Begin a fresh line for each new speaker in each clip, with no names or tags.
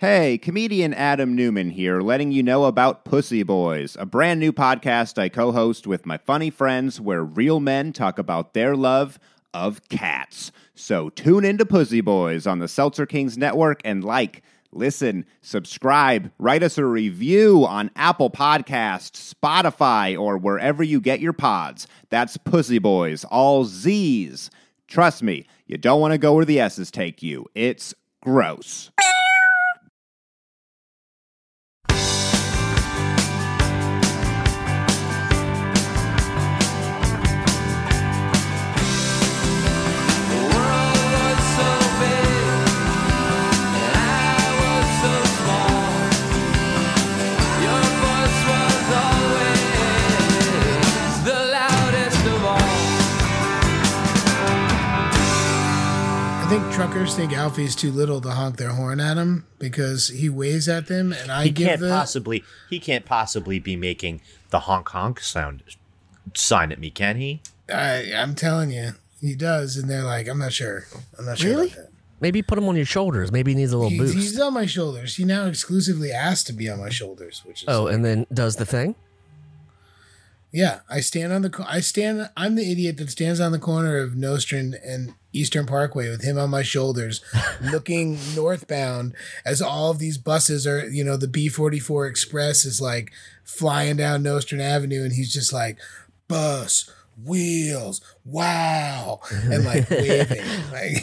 Hey, comedian Adam Newman here, letting you know about Pussy Boys, a brand new podcast I co host with my funny friends where real men talk about their love of cats. So tune into Pussy Boys on the Seltzer Kings Network and like, listen, subscribe, write us a review on Apple Podcasts, Spotify, or wherever you get your pods. That's Pussy Boys, all Z's. Trust me, you don't want to go where the S's take you. It's gross.
I think truckers think Alfie's too little to honk their horn at him because he waves at them, and I
He
give
can't
the
possibly. He can't possibly be making the honk honk sound sign at me, can he?
I, I'm telling you, he does, and they're like, I'm not sure, I'm not sure.
Really?
About that.
Maybe put him on your shoulders. Maybe he needs a little
He-
boost.
he's on my shoulders. He now exclusively asks to be on my shoulders, which is
oh, and then does the thing.
yeah. I stand on the co- I stand. I'm the idiot that stands on the corner of Nostrand and Eastern Parkway with him on my shoulders, looking northbound as all of these buses are. You know, the B44 Express is like flying down Nostrand Avenue, and he's just like bus wheels, wow, and like waving like.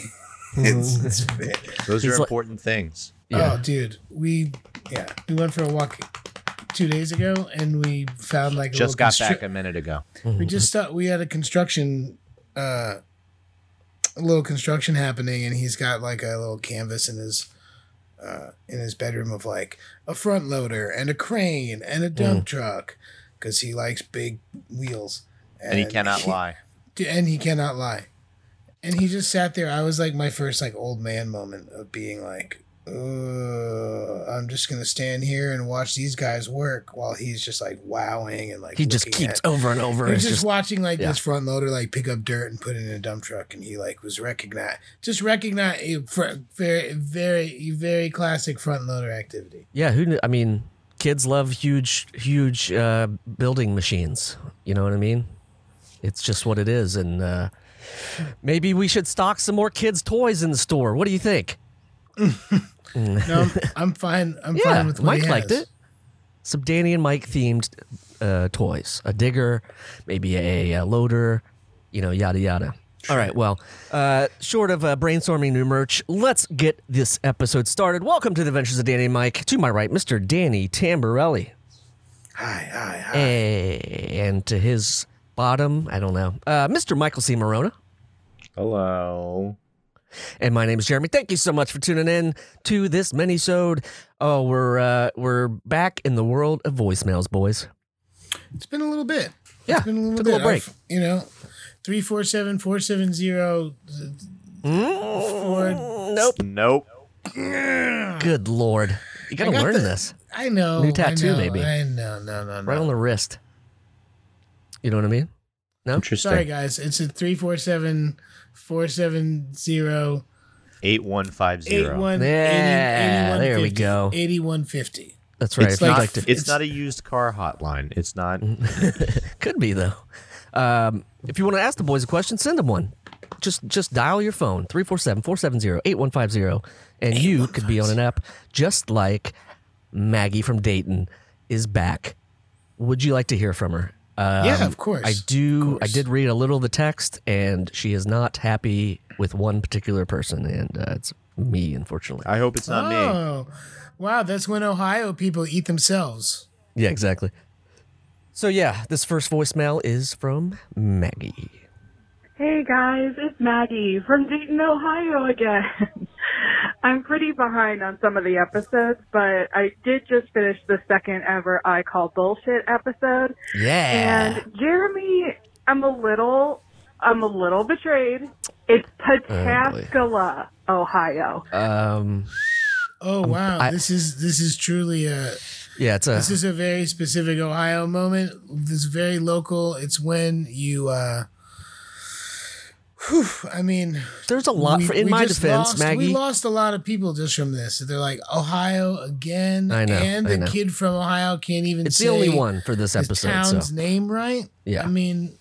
It's, it's
Those
He's
are
like-
important things.
Yeah.
Oh, dude, we yeah, we went for a walk two days ago, and we found like a
Just
little
got back
constru-
a minute ago.
we just thought we had a construction, uh, a little construction happening, and he's got like a little canvas in his. Uh, in his bedroom of like a front loader and a crane and a
Hmm.
dump truck because he likes big wheels
And he cannot lie.
D- and he cannot lie. And he just sat there. I was like my first like old man moment of being like, "Ugh, I'm just gonna stand here and watch these guys work while he's just like wowing and like
He just
looking
keeps
at-
over and over.
He was
It's
just
just,
watching like
yeah.
this front loader like pick up dirt and put it in a dump truck, and he like was recognized, just recognized very, very, very classic front loader activity.
yeah. Who? kn- I mean, kids love huge, huge uh, building machines. You know what I mean? It's just what it is, and uh, maybe we should stock some more kids' toys in the store. What do you think?
No, I'm, I'm fine. I'm
Yeah,
fine with what
Mike
he
liked
has.
it. Some Danny and Mike themed uh, toys, a digger, maybe a, uh loader, you know, yada yada. All right, well, uh, short of uh, brainstorming new merch, let's get this episode started. Welcome to the Adventures of Danny and Mike. To my right, Mr. Danny Tamborelli,
Hi, hi, hi.
and to his bottom, I don't know, uh, Mr. Michael C. Morona.
Hello.
And my name is Jeremy. Thank you so much for tuning in to this minisode. Oh, we're uh, we're back in the world of voicemails, boys.
It's been a little bit.
Yeah,
it's been a little
took a
bit.
little break.
I've- you know, three four seven four seven zero. Mm,
Nope.
Nope.
Good lord. You gotta
I got
learn
the-
this.
I know.
New
I
tattoo,
know,
maybe.
I know. No, no, no.
Right on the wrist. You know what I mean?
Interesting.
Sorry, guys. It's a three four seven four seven zero
Eight one five
eight
zero.
one.
Yeah, there we go.
Eighty one fifty.
That's right.
It's
if you'd
like-
like to,
It's, not a used car hotline. It's not.
could be though. Um, if you want to ask the boys a question, send them one. Just just dial your phone 347-470-8150 and you could be on an app just like Maggie from Dayton is back. Would you like to hear from her? Um,
Yeah, of course.
I do. I did read a little of the text, and she is not happy with one particular person, and uh, it's me, unfortunately.
I hope it's not me.
Oh, wow. That's when Ohio people eat themselves.
Yeah, exactly. So yeah, this first voicemail is from Maggie.
Hey guys, it's Maggie from Dayton, Ohio again. I'm pretty behind on some of the episodes, but I did just finish the second ever I Call Bullshit episode.
Yeah.
And Jeremy, I'm a little, I'm a little betrayed. It's Pataskala, Ohio.
um.
Oh wow.
I-
this is this is truly a
Yeah, it's a.
this is a very specific Ohio moment. This is very local. It's when you uh Whew, I mean,
There's a lot. for, in my
just
defense,
lost,
Maggie.
We lost a lot of people just from this. They're like Ohio again,
I know,
and
I
the
know.
kid from Ohio can't even.
It's
say
the only one for this
his
episode. So
town's name right.
Yeah.
I mean,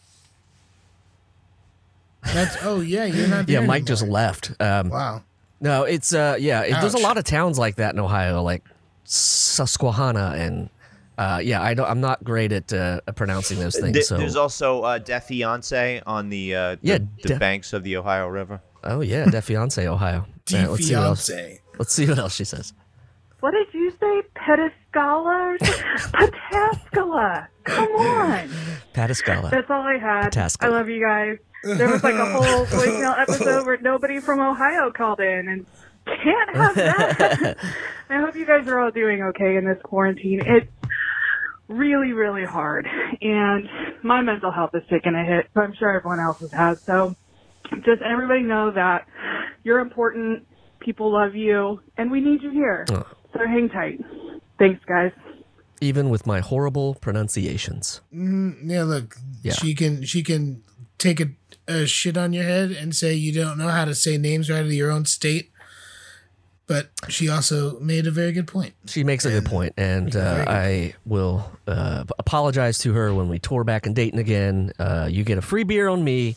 that's oh yeah, you're not.
yeah,
there
Mike just
anymore.
left. Um,
Wow.
no, it's uh, yeah. It, there's a
Ouch.
lot of towns like that in Ohio, like Susquehanna, and uh, yeah. I don't. I'm not great at uh, pronouncing those things.
Th-
so
There's also uh, Defiance on the uh, the,
Yeah,
the
Def-
banks of the Ohio River.
oh yeah, Defiance, Ohio. Yeah, let's see what else.
Defiance.
Let's see what else she says.
What did you say? Pedescala? Petascala. Come on.
Patascala.
That's all I had.
Petascala.
I love you guys. There was like a whole voicemail episode where nobody from Ohio called in and can't have that. I hope you guys are all doing okay in this quarantine. It's really, really hard. And my mental health is taking a hit, so I'm sure everyone else's has. So just everybody know that you're important, people love you, and we need you here. So hang tight. Thanks, guys.
Even with my horrible pronunciations.
Yeah, look,
Yeah.
she can she can take a, a shit on your head and say you don't know how to say names right of your own state. But she also made a very good point.
She makes a good point, and uh, I will uh, apologize to her when we tour back in Dayton again. Uh, you get a free beer on me,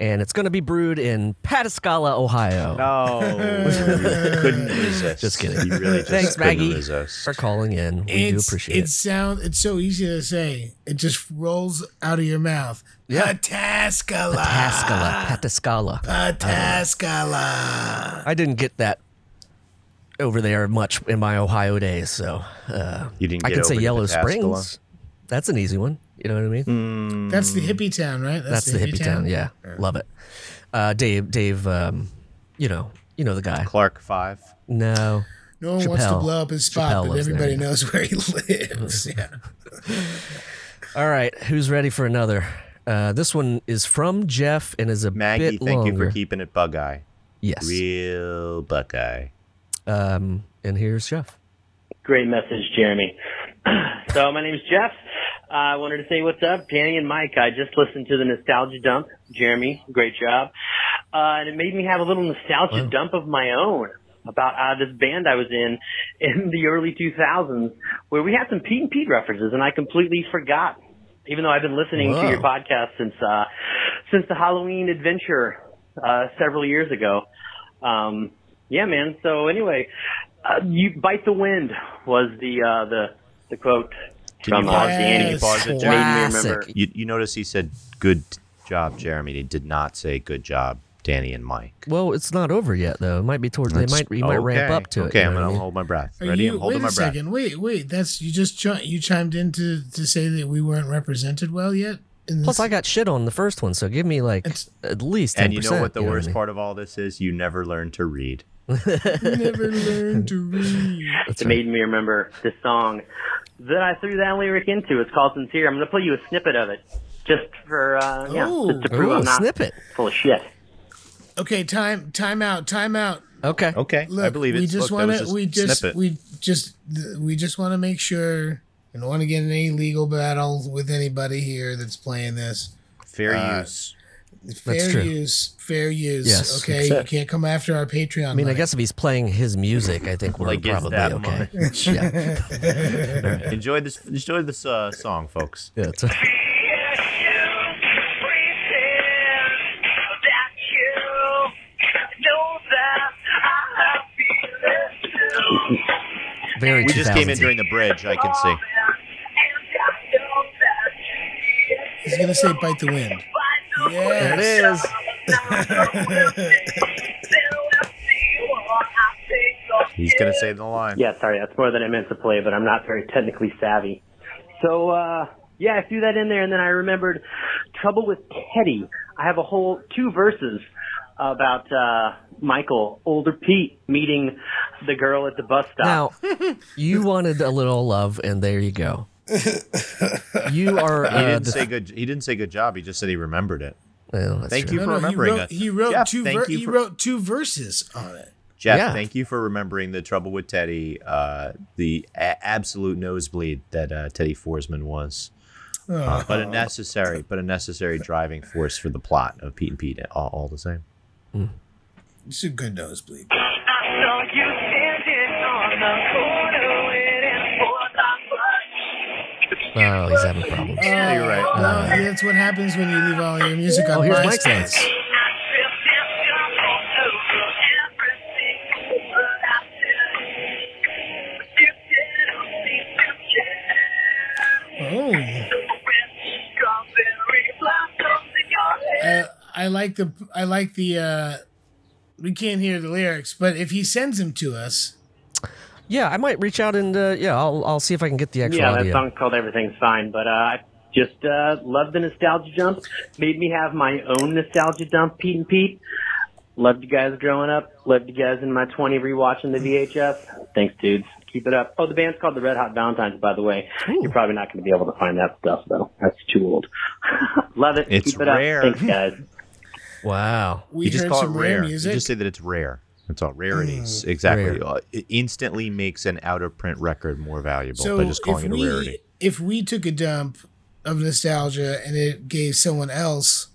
and it's going to be brewed in Patascala, Ohio.
No, couldn't resist.
Oh. Just kidding.
You really just
Thanks,
couldn't
Maggie,
resist.
for calling in. We do appreciate
it. sound it's so easy to say. It just rolls out of your mouth.
Yeah. it.
Patascala.
Patascala, Patascala.
Patascala.
I didn't get that over there much in my Ohio days, so uh,
You didn't
I
get
can say
over to
Yellow
Pataskala?
Springs. That's an easy one. You know what I mean?
That's the hippie town, right?
Mm. That's the hippie town. Yeah, love it. Uh, Dave, Dave, um, you know, you know the guy.
Clark Five.
No,
No one wants to
Chappelle.
blow up his
Chappelle
spot, but
lives there,
everybody
yeah.
knows where he lives. Yeah.
All right, who's ready for another? Uh, this one is from Jeff and is a
Maggie,
bit
thank
longer.
you for keeping it bug eye.
yes.
Real Buckeye.
Um, and here's Jeff.
Great message, Jeremy. so my name's Jeff. I wanted to say what's up, Danny and Mike. I just listened to the nostalgia dump. Jeremy, great job. Uh, and it made me have a little nostalgia dump of my own about uh, this band I was in in the early 2000s where we had some Pete and Pete references and I completely forgot, even though I've been listening to
Whoa.
your podcast since, uh, since the Halloween adventure, uh, several years ago. Um, yeah, man. So anyway, uh, you bite the wind was the uh, the the quote from
you pause-
uh,
Yes.
Danny.
you pause it,
Jeremy? Made me remember.
Classic.
You, you notice he said good job, Jeremy. He did not say good job, Danny and Mike.
Well, it's not over yet though. It might be towards. They
That's-
might. You might ramp
okay.
up to it.
Okay,
you
I'm
know what I
gonna
mean?
hold my breath.
Are
Ready?
you,
I'm
wait
holding
a
my breath.
second. Wait, wait. That's you just chi- you chimed in to, to say that we weren't represented well yet. In
Plus,
this-
I got shit on the first one, so give me like
It's-
at least. 10%,
And you know what the
I
worst
mean?
part of all this is? You never learned to read.
never learned to read.
That's
It
right.
made me remember this song that I threw that lyric into. It's called "Sincere." I'm going to play you a snippet of it just for uh, yeah,
Ooh.
just to prove
Ooh,
I'm not
snippet.
full of shit.
Okay, time time out. Time out.
Okay.
Okay,
Look,
I believe it.
we just
Look, that
want
was
to
just
we just
snippet.
we just th- we just want to make sure we don't want to get in any legal battles with anybody here that's playing this.
Fair
uh,
use.
Fair
true.
use, fair use.
Yes.
okay, you can't come after our Patreon.
I mean, I
money.
guess if he's playing his music, I think we're
Like, is
probably
that
okay. yeah.
Enjoy this. Enjoy this uh, song, folks.
yeah that's right. Very
We just came in
2000s.
during the bridge. I can see.
he's gonna say "bite the wind."
There
Yes.
it is.
He's gonna say the line.
Yeah, sorry, that's more than I meant to play, but I'm not very technically savvy. So, uh, yeah, I threw that in there, and then I remembered Trouble with Teddy. I have a whole two verses about uh, Michael, older Pete, meeting the girl at the bus stop.
Now, you wanted a little love, and there you go. You are.
He
Uh,
didn't
the,
say good. He didn't say good job. He just said he remembered it.
well, that's
Thank
true.
you for
he
remembering
wrote,
it.
He wrote
Jeff,
two. Ver-
thank you
he
for-
wrote two verses on it.
Jeff,
Yeah.
thank you for remembering the trouble with Teddy, uh, the a- absolute nosebleed that uh, Teddy Forsman was Uh, but a
Oh.
necessary, but a necessary driving force for the plot of Pete and Pete, all, all the same.
It's a good nosebleed.
I saw you standing on the corner waiting for the bus.
Oh, he's having problems. Uh,
Uh, Yeah,
you're right.
that's what happens when you leave all your music on
Oh, here's
blast.
Mike's dance.
I tripped and stumbled over everything that I did. You didn't seem to care.
Oh,
When strawberry blossoms in your
Oh.
hair.
I, Uh, I like the I like the. uh We can't hear the lyrics, but if he sends them to us,
Yeah, I might reach out and uh, yeah, I'll I'll see if I can get the actual
Yeah, that
audio.
song's called Everything's Fine, but uh, I just uh, love the nostalgia dump. Made me have my own nostalgia dump, Pete and Pete. Loved you guys growing up. Loved you guys in my 20 rewatching the VHS. Thanks, dudes. Keep it up. Oh, the band's called the Red Hot Valentines, by the way. You're probably not going to be able to find that stuff, though. That's too old. love it.
It's
Keep it
rare.
up. Thanks, guys.
Wow.
we
you just
heard
call
some
it
rare
rare.
music. Mm,
You just say that it's rare. That's all. Rarities. exactly.
Rare.
Uh, it instantly makes an out of print record more valuable
so
by just calling
if
it a
we
rarity.
if we took a dump of nostalgia and it gave someone else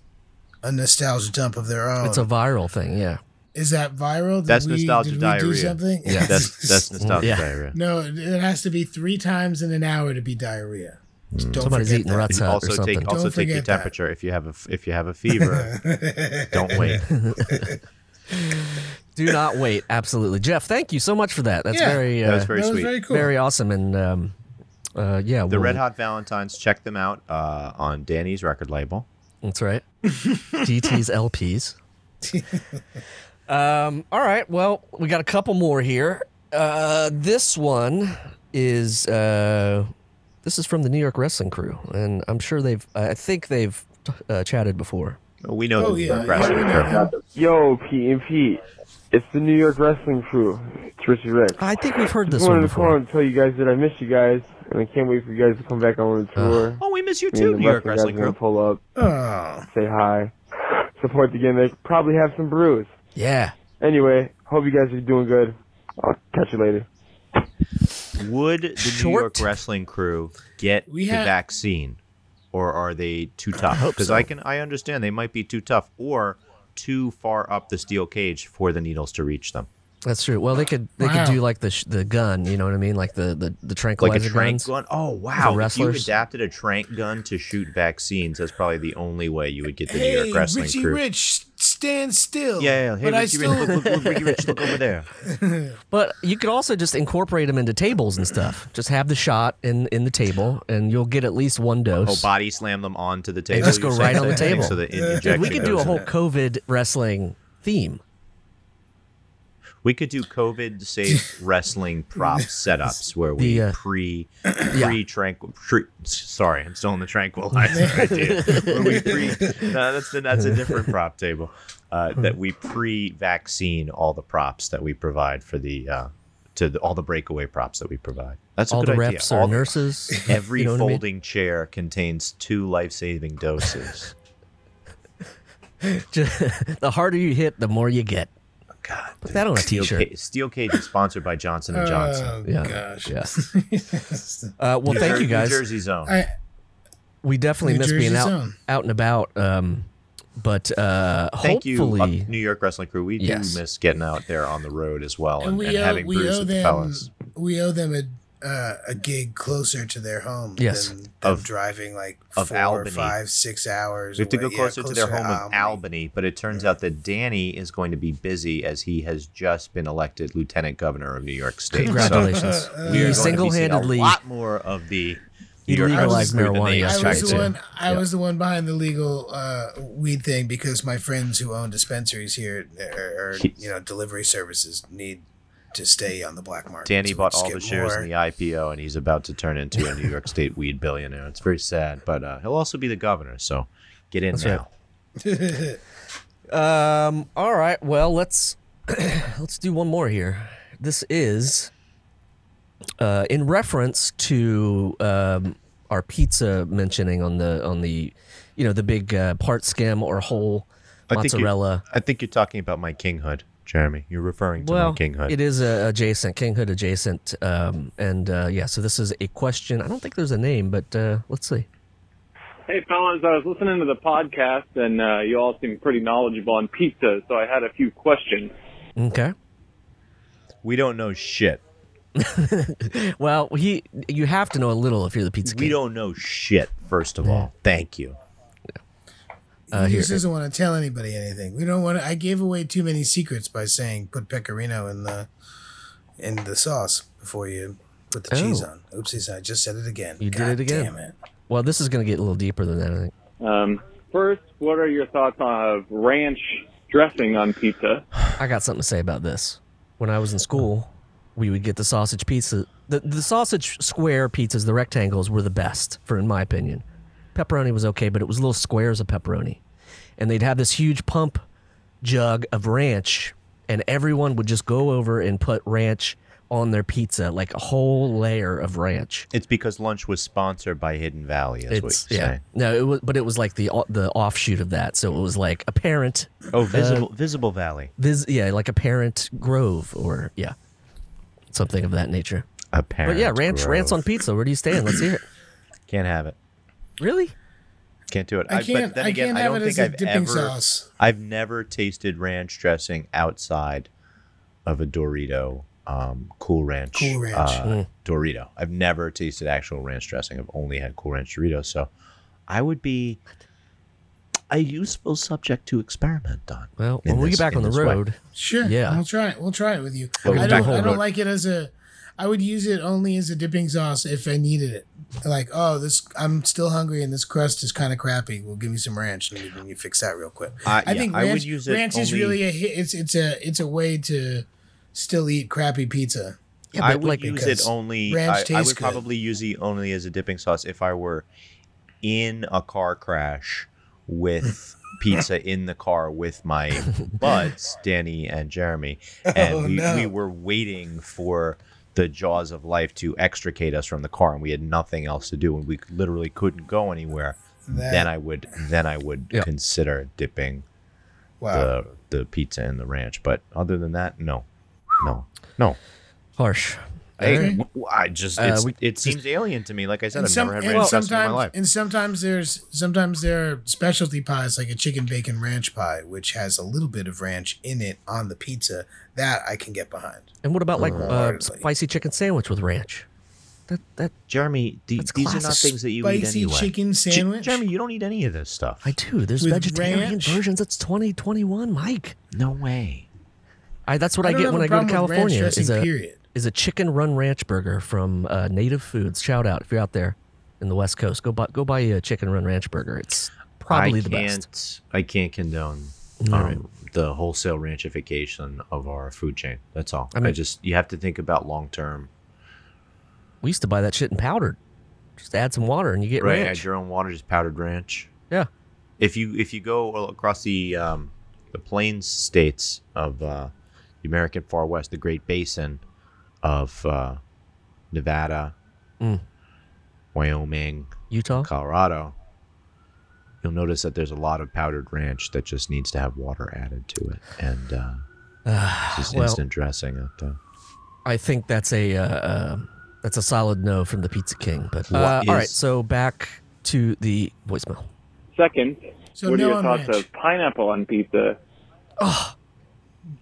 a nostalgia dump of their own,
It's a viral thing, yeah.
is that viral? Did
That's
we,
nostalgia
did We do
diarrhea.
something?
Yeah.
That's that's nostalgia.
Yeah.
diarrhea.
no. It has to be three times in an hour to be diarrhea. Don't
Mm. Somebody's
forget
eating
that.
Ruts
And
Hut or
also
something.
take also
Don't
take your
forget that.
temperature if you have a f- if you have a fever. don't wait.
Do not wait. Absolutely, Jeff. Thank you so much for that. That's
Yeah.
very uh,
That was very
That was
sweet.
very cool.
very awesome and um, uh, yeah.
the Red Hot Valentines. Check them out uh, on Danny's record label.
That's right. DT's LPs. um, all right. Well, we got a couple more here. Uh, this one is uh, this is from the New York Wrestling Crew, and I'm sure they've. I think they've uh, chatted before.
We know
Oh,
the
yeah,
wrestling
yeah, we
crew.
know
Yo, Pete and Pete. It's the New York Wrestling Crew. It's Richie Rick.
I think we've heard this
Just
one
wanted to call
before.
and tell you guys that I miss you guys, and I can't wait for you guys to come back on the tour.
Oh, we miss you
Me and
too,
the
New York
guys
Wrestling
are gonna
Crew.
pull up,
Oh,
say hi, support the gimmick, probably have some brews.
Yeah.
Anyway, hope you guys are doing good. I'll catch you later.
Would the New
Short.
York Wrestling Crew get
We
the
have-
vaccine, or are they too tough? Because I can I understand they might be too tough or too far up the steel cage for the needles to reach them.
That's true. Well, they could they
Wow.
could do like the sh- the gun. You know what I mean? Like the the, the
like
tranquilizer
a trank
guns.
gun. Oh wow! If you
wrestlers.
adapted a trank gun to shoot vaccines, that's probably the only way you would get the New
hey,
York wrestling
Richie
crew.
Rich, stand still.
Yeah, yeah. Hey,
but I
Ricky
still.
Rich, look, look, look, Ricky Rich, look over there.
But you could also just incorporate them into tables and stuff. Just have the shot in in the table, and you'll get at least one dose.
Oh, body slam them onto the table.
just go
you're
right
saying,
on the
so-
table.
So the in-
Dude,
injection.
we could do
goes
a
in
whole
there.
COVID wrestling theme.
We could do COVID safe wrestling prop setups where we
The, uh,
pre pre tranquil. Pre, sorry, I'm still in the tranquilizer idea. Where we pre, no, that's the, that's a different prop table. Uh,
Hmm.
that we pre-vaccine all the props that we provide for the uh, to the, all the breakaway props that we provide. That's a
All the
good
refs
idea.
are
All the-
nurses.
Every
you know what I mean?
folding chair contains two life-saving doses.
Just- the harder you hit, the more you get.
God,
Put that on a
Steel,
t-shirt.
Ca- Steel Cage is sponsored by Johnson and Johnson.
Oh
Yeah.
gosh.
Yeah. Uh, well,
New
thank
Jer-
you guys.
New Jersey Zone.
I,
We definitely
New
miss being
Jersey
out,
zone.
out and about. Um, but uh,
Thank you, uh,
hopefully,
New York Wrestling Crew. We
Yes.
do miss getting out there on the road as well and,
and we
and
owe,
having
we
brews
owe
with
them
the fellas.
we owe them a uh, a gig closer to their home.
Yes.
than them
Of-
driving like
of
four,
Albany.
five, six hours.
We have to go
away. Yeah, um,
closer, to their home of
Albany.
Albany, but it turns out that Danny is going to be busy as he has just been elected Lieutenant Governor of New York State.
congratulations.
So we are
you
going to be seeing
single-handedly
a lot more of the New York
legalized
Wrestling Crew than
marijuana
they
I was
yesterday,
expected.
Right,
the
too.
one. I
Yeah.
was the one behind the legal uh, weed thing because my friends who own dispensaries here or, or you know delivery services need to stay on the black market.
Danny
so we
bought
just
all
get
the shares
more.
in the IPO, and he's about to turn into a New York State weed billionaire. It's very sad, but uh, he'll also be the governor. So get in
That's
now.
right. Um. All right. Well, let's let's do one more here. This is uh, in reference to um, our pizza mentioning on the on the you know the big uh, part skim or whole
I think you-
mozzarella.
I think you're talking about my kinghood, Jeremy. You're referring to
Well,
my kinghood.
it is uh, adjacent kinghood adjacent. Um, and uh, yeah, so this is a question. I don't think there's a name, but uh, let's see.
Hey, fellas, I was listening to the podcast, and uh, you all seem pretty knowledgeable on pizza, so I had a few questions.
Okay.
We don't know shit.
Well, he you have to know a little if you're the pizza
We
king.
don't know shit, first of all. Thank you.
Uh,
he
here,
just doesn't want to tell anybody anything. We don't want to. I gave away too many secrets by saying put pecorino in the in the sauce before you put the
Oh.
cheese on. Oopsies! I just said it again.
You did it again.
Damn it!
well, this is going to get a little deeper than that. I think.
Um, first, what are your thoughts on uh, ranch dressing on pizza?
I got something to say about this. When I was in school, we would get the sausage pizza. The, the sausage square pizzas, the rectangles, were the best, for in my opinion. Pepperoni was okay, but it was little squares of pepperoni. And they'd have this huge pump jug of ranch, and everyone would just go over and put ranch on their pizza, like a whole layer of ranch.
It's because lunch was sponsored by Hidden Valley, is
It's
what you're
yeah,
saying.
no, it was, but it was like the o- the offshoot of that. So it was like a parent
Oh, visible Visible Valley.
this yeah like a parent grove or yeah something of that nature but
Apparently.
yeah ranch rants on pizza where do you stand let's hear it
Can't have it.
really
Can't do it.
I can't.
but then
I
again,
can't
I
have
don't
it as
think
a
I've
dipping
ever.
sauce.
I've never tasted ranch dressing outside of a Dorito um, Cool Ranch,
Cool Ranch.
uh,
Hmm.
Dorito. I've never tasted actual ranch dressing. I've only had Cool Ranch Doritos. So I would be a useful subject to experiment on.
well
in
when we
this-
get back
in
on the
this way.
road
Sure.
Yeah.
We'll try it. We'll try it with you.
Well,
I
back
don't. I
home,
don't
but-
like it as a. I would use it only as a dipping sauce if I needed it. Like, oh, this I'm still hungry and this crust is kind of crappy. Well, give me some ranch and then you fix that real quick.
I-
I
yeah,
think
I
ranch,
would use it
ranch is
only-
really a hi- it's it's a it's a way to still eat crappy pizza.
yeah,
I
but,
would
like
use
because
it only.
ranch
I, I
tastes
would
good.
probably use it only as a dipping sauce if I were in a car crash with pizza in the car with my buds, Danny and Jeremy, and
Oh,
we,
no.
we were waiting for the jaws of life to extricate us from the car, and we had nothing else to do, and we literally couldn't go anywhere.
That-
then I would, then I would
Yeah.
consider dipping
Wow.
the the pizza in the ranch. But other than that, no, no, no.
harsh
I,
Alright.
w- I just
Uh,
it's-
we-
it seems alien to me. Like I said,
And,
I've
some,
never had
and
ranch dressing in my
sometimes
life.
and sometimes there's sometimes there are specialty pies like a chicken bacon ranch pie, which has a little bit of ranch in it on the pizza that I can get behind.
and what about like uh,
hardly.
spicy chicken sandwich with ranch that that
Jeremy, the,
That's
these are not
classic.
things that you eat
Spicy
anyway.
chicken
J-
sandwich?
Jeremy, you don't eat any of this stuff.
i do there's
With
vegetarian
ranch?
versions it's 2021 mike
no way.
I, that's what i,
don't
get
have
when
a
i go to
problem with ranch
california is
dressing,
a
period.
is a chicken run ranch burger from uh, native foods shout out if you're out there in the west coast go buy go buy you a chicken run ranch burger it's probably
I
the
can't,
best
I can't condone
All
um,
right.
the wholesale ranchification of our food chain. That's all.
I
I,
mean-
just you have to think about long term.
We used to buy that shit in powdered. Just add some water and you get
Right,
ranch.
add your own water, just powdered ranch.
Yeah.
If you if you go all across the um, the plains states of uh, the American Far West, the Great Basin of uh, Nevada,
Mm.
Wyoming,
Utah.
Colorado, you'll notice that there's a lot of powdered ranch that just needs to have water added to it, and uh, it's just
well-
instant dressing out there.
I think that's a uh, uh, that's a solid no from the Pizza King. But
What
uh, all
is-
right, so back to the voicemail.
Second,
Oh,
So
what
no
are your
on
thoughts
ranch.
of pineapple on pizza?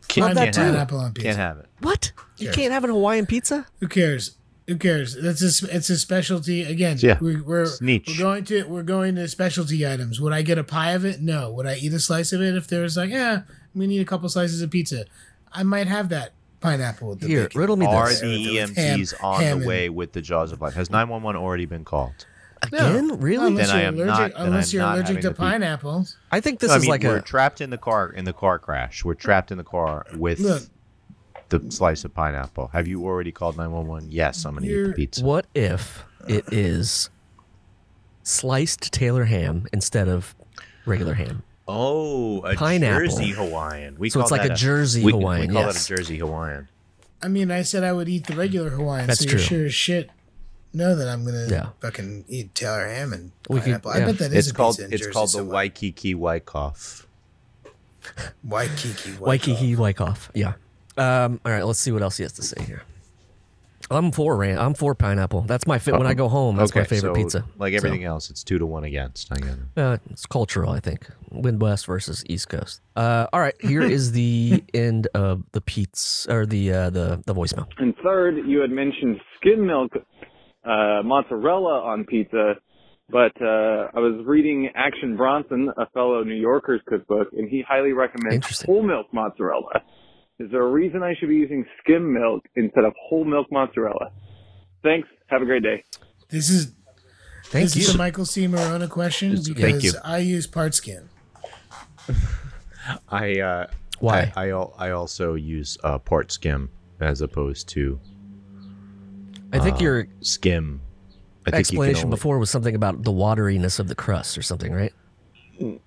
Can't,
Love that
can't have it.
Pineapple on pizza.
Can't have it.
What? You
Sure.
can't have an Hawaiian pizza?
Who cares? Who cares? That's a s- it's a specialty again.
Yeah.
we're we're,
It's niche.
we're going to we're going to specialty items. Would I get a pie of it? No. Would I eat a slice of it if there was like, eh, yeah, we need a couple slices of pizza? I might have that pineapple with the
Here,
bacon.
riddle me
Are
this.
the
Ham-
EMTs E on
ham
the
and-
way with the jaws of life? Has 911 already been called?
Again? Really?
Unless
Then I
you're
am
allergic,
not- then
unless
I'm
you're
not
allergic
having
to
the pizza.
pineapple.
I think this
I
is
mean,
like
we're
a.
trapped in the car in the car crash. We're trapped in the car with
Look.
the slice of pineapple. Have you already called 911? Yes, I'm going to eat the
You're-
pizza.
What if it is sliced Taylor ham instead of regular ham?
Oh, a
Pineapple.
Jersey Hawaiian. We
So
call
it's like
that
a Jersey
we-
Hawaiian,
We call
yes.
that a Jersey Hawaiian.
I mean, I said I would eat the regular Hawaiian,
That's
so
true.
you sure as shit know that I'm gonna
Yeah.
fucking eat Taylor ham and
We could-
pineapple.
yeah.
I bet that is
It's
a
called
pizza in
it's
Jersey
called the
somewhere.
Waikiki Wyckoff.
Waikiki. Waikiki.
Waikiki Wyckoff. Yeah. Um, all right, let's see what else he has to say here. I'm for ran. I'm for pineapple. That's my fa- when I go home. That's my favorite
so,
pizza.
Like everything else, it's two to one against. I get it.
Uh, it's cultural, I think. Midwest versus East Coast. Uh, all right, here is the end of the pizza or the uh, the the voicemail.
And third, you had mentioned skim milk uh, mozzarella on pizza, but uh, I was reading Action Bronson, a fellow New Yorker's cookbook, and he highly recommends
Interesting.
whole milk mozzarella. Is there a reason I should be using skim milk instead of whole milk mozzarella? Thanks. Have a great day.
This is
Thank
this
you.
is a Michael C. Morona question
It's- thank
because
you.
I use part skin.
I uh,
Why?
I, I al- I also use uh, part skim as opposed to
I think
Ah,
your
skim. I think you can
explanation
only-
before was something about the wateriness of the crust or something, right?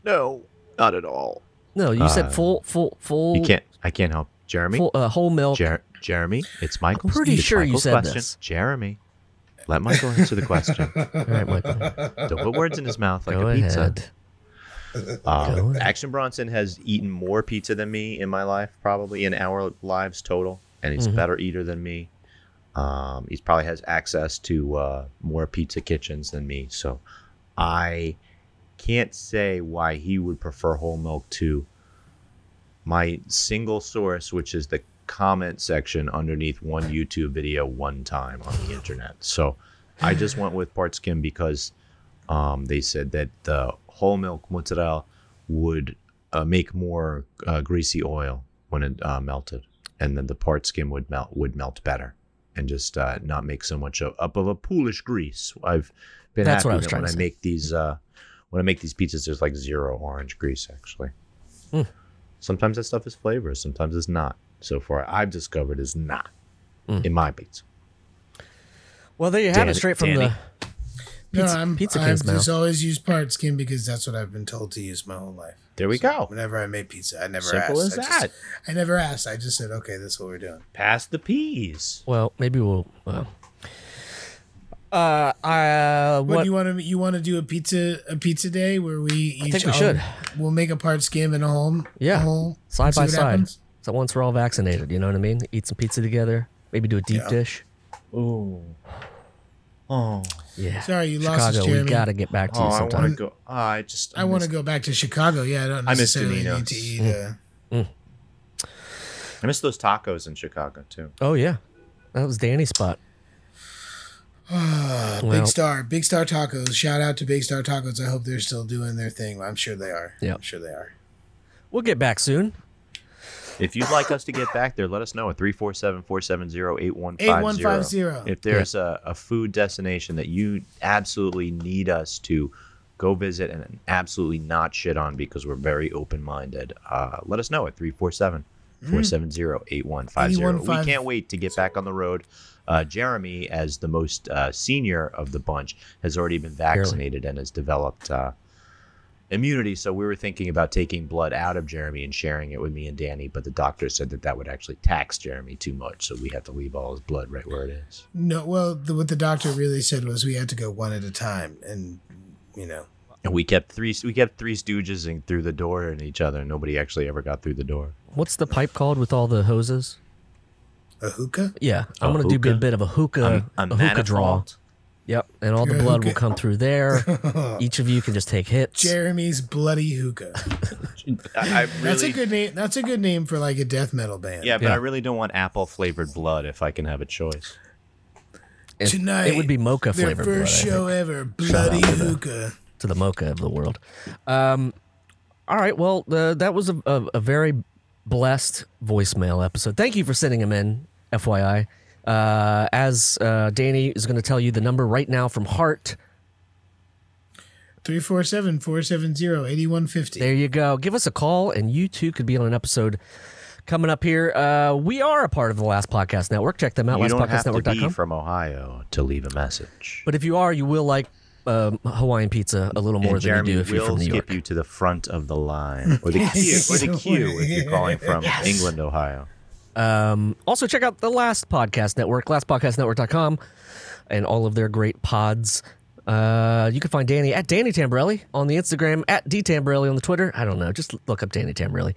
No, not at all.
No, you said full full full.
Uh, You can't. I can't help Jeremy.
full uh, whole milk.
Jer- Jeremy, it's Michael.
pretty
it's
sure you
Michael's
said
question.
this.
Jeremy, let Michael answer the question.
All right, Michael.
Don't put words in his mouth like
Go
a pizza.
ahead.
Uh,
Go ahead.
Action Bronson has eaten more pizza than me in my life, probably in our lives total, and he's
Mm-hmm.
a better eater than me. Um, he probably has access to uh, more pizza kitchens than me, so I can't say why he would prefer whole milk to my single source, which is the comment section underneath one YouTube video one time on the internet. So I just went with part skim because um, they said that the whole milk mozzarella would uh, make more uh, greasy oil when it uh, melted, and then the part skim would melt would melt better and just uh, not make so much of, up of a poolish grease. I've been
That's what I
happy
was
that
trying to
when
say.
I make these uh, when I make these pizzas, there's like zero orange grease actually. Sometimes that stuff is flavor, sometimes it's not. So far, I've discovered is not in my pizza.
Well, there you have
Danny-
it, straight from
Danny.
the.
no,
Pizza-
I'm
pizza
I've
kings now.
just always used part skin because that's what I've been told to use my whole life.
There we go.
Whenever I made pizza, I never
Simple
asked.
as
I just-
that.
I never asked. I just said, okay, that's what we're doing.
Pass the peas.
Well, maybe we'll. Well. Uh, I uh,
What,
what?
do you want to you want to do a pizza a pizza day where we each
think we
I'll-
should.
we'll make a part skim and a home
Yeah.
a whole
side
see
by
what
side.
happens.
So once we're all vaccinated, you know what I mean? Eat some pizza together. Maybe do a deep dish. Ooh. Oh. Yeah.
Sorry, you
Chicago,
lost us, Jeremy.
we gotta get back to
Oh,
you
I
sometime.
want to go. oh, I just.
I want to go back to Chicago. Yeah, I don't
I miss
necessarily need
Domino's.
to eat. Uh,
Mm.
I miss those tacos in Chicago too.
Oh yeah, that was Danny's spot.
uh, Big Star, Big Star Tacos. Shout out to Big Star Tacos. I hope they're still doing their thing. I'm sure they are.
Yeah.
I'm sure they are.
We'll get back soon.
If you'd like us to get back there, let us know at 347-470-8150.
8150.
If there's a, a food destination that you absolutely need us to go visit and absolutely not shit on because we're very open-minded, uh, let us know at 347-470-8150. We
8150.
can't wait to get back on the road. Uh, Jeremy, as the most uh, senior of the bunch, has already been vaccinated and has developed uh, immunity. So we were thinking about taking blood out of Jeremy and sharing it with me and Danny, but the doctor said that that would actually tax Jeremy too much. So we have to leave all his blood right where it is.
No, well, the, what the doctor really said was we had to go one at a time, and you know,
And we kept three we kept three stooges and through the door and each other. and Nobody actually ever got through the door.
What's the pipe called with all the hoses?
a hookah.
Yeah, I'm
A
gonna do a
hookah?
bit of a hookah,
A
Uh, a, hookah draw.
manifold.
Yep, and all the
You're a
blood will
hookah.
come through there. Each of you can just take hits.
Jeremy's bloody hookah.
I, I
That's
really
a good name. That's a good name for like a death metal band.
yeah, but
Yeah.
I really don't want apple flavored blood if I can have a choice.
It-
Tonight,
it would be mocha
Their
flavored blood, I
first
think.
show ever, bloody hookah.
to the mocha of the world. Um, all right, well, uh, that was a, a, a very blessed voicemail episode. Thank you for sending them in, FYI. Uh, as uh, Danny is going to tell you the number right now from Heart.
347 470 8150.
There you go. Give us a call, and you too could be on an episode coming up here. Uh, we are a part of the Last Podcast Network. Check them out,
you don't have to be
lastpodcastnetwork.com.
from Ohio to leave a message.
but if you are, you will like um, Hawaiian pizza a little more than
and Jeremy
you do if
will
you're from New
skip
York.
you to the front of the line or the queue, or the queue if you're calling from England, Ohio.
Um, also, check out the Last Podcast Network, lastpodcastnetwork.com, and all of their great pods. Uh, you can find Danny at Danny Tamborelli on the Instagram, at D Tamborelli on the Twitter. I don't know. Just look up Danny Tamborelli.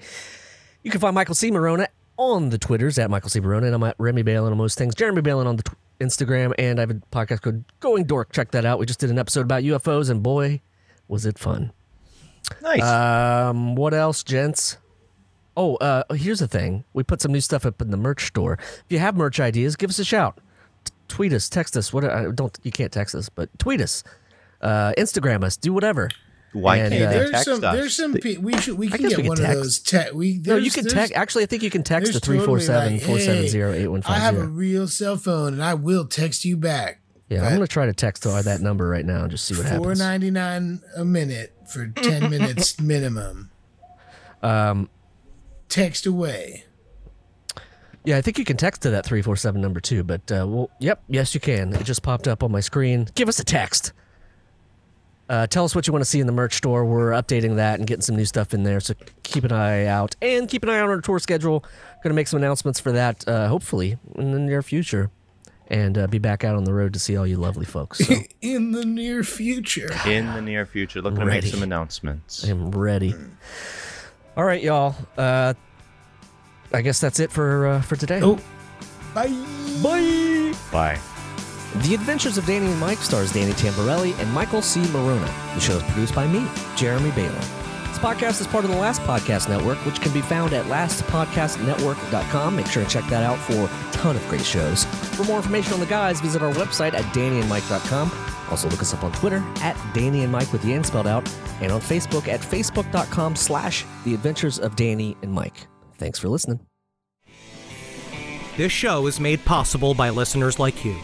You can find Michael C. Marona on the Twitters at Michael C. Marona, and I'm at Remy Balin on most things. Jeremy Balin on the tw- Instagram, and I have a podcast called Going Dork. Check that out. We just did an episode about UFOs, and boy, was it fun.
Nice.
Um, what else, gents? Oh, uh, here's the thing. We put some new stuff up in the merch store. If you have merch ideas, give us a shout. T- tweet us, text us. What I don't you can't text us, but tweet us, uh, Instagram us, do whatever.
Why
And,
can't
uh,
you
there's
text
some.
us?
There's some. Pe- we should. We can
guess
get
we could
one
text.
of those. Te- we
No,
there's,
you can
there's-
text. Actually, I think you can text the
there's totally
347
like, hey,
470 8150.
I have a real cell phone, and I will text you back.
Yeah, I'm going to try to text her that number right now and just see what
Four
happens.
ninety nine a minute for ten minutes minimum.
Um,
Text away.
yeah, I think you can text to that 347 number too, but uh, well, yep, yes, you can. It just popped up on my screen. Give us a text. Uh, tell us what you want to see in the merch store. We're updating that and getting some new stuff in there, so keep an eye out. And keep an eye on our tour schedule. Going to make some announcements for that, uh, hopefully, in the near future. And uh, be back out on the road to see all you lovely folks. So
In the near future.
In the near future, looking to
Ready.
make some announcements.
I am ready. All right, y'all. Uh, I guess that's it for uh, for today.
Oh. Bye.
Bye.
Bye.
The Adventures of Danny and Mike stars Danny Tamborelli and Michael C. Marona. The show is produced by me, Jeremy Baylor. This podcast is part of the Last Podcast Network, which can be found at lastpodcastnetwork.com. Make sure to check that out for a ton of great shows. For more information on the guys, visit our website at dannyandmike.com. Also look us up on Twitter at Danny and Mike with the N spelled out, and on Facebook at facebook.com slash The Adventures of Danny and Mike. Thanks for listening.
This show is made possible by listeners like you.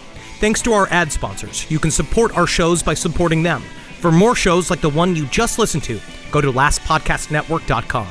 Thanks to our ad sponsors, you can support our shows by supporting them. For more shows like the one you just listened to, go to lastpodcastnetwork.com.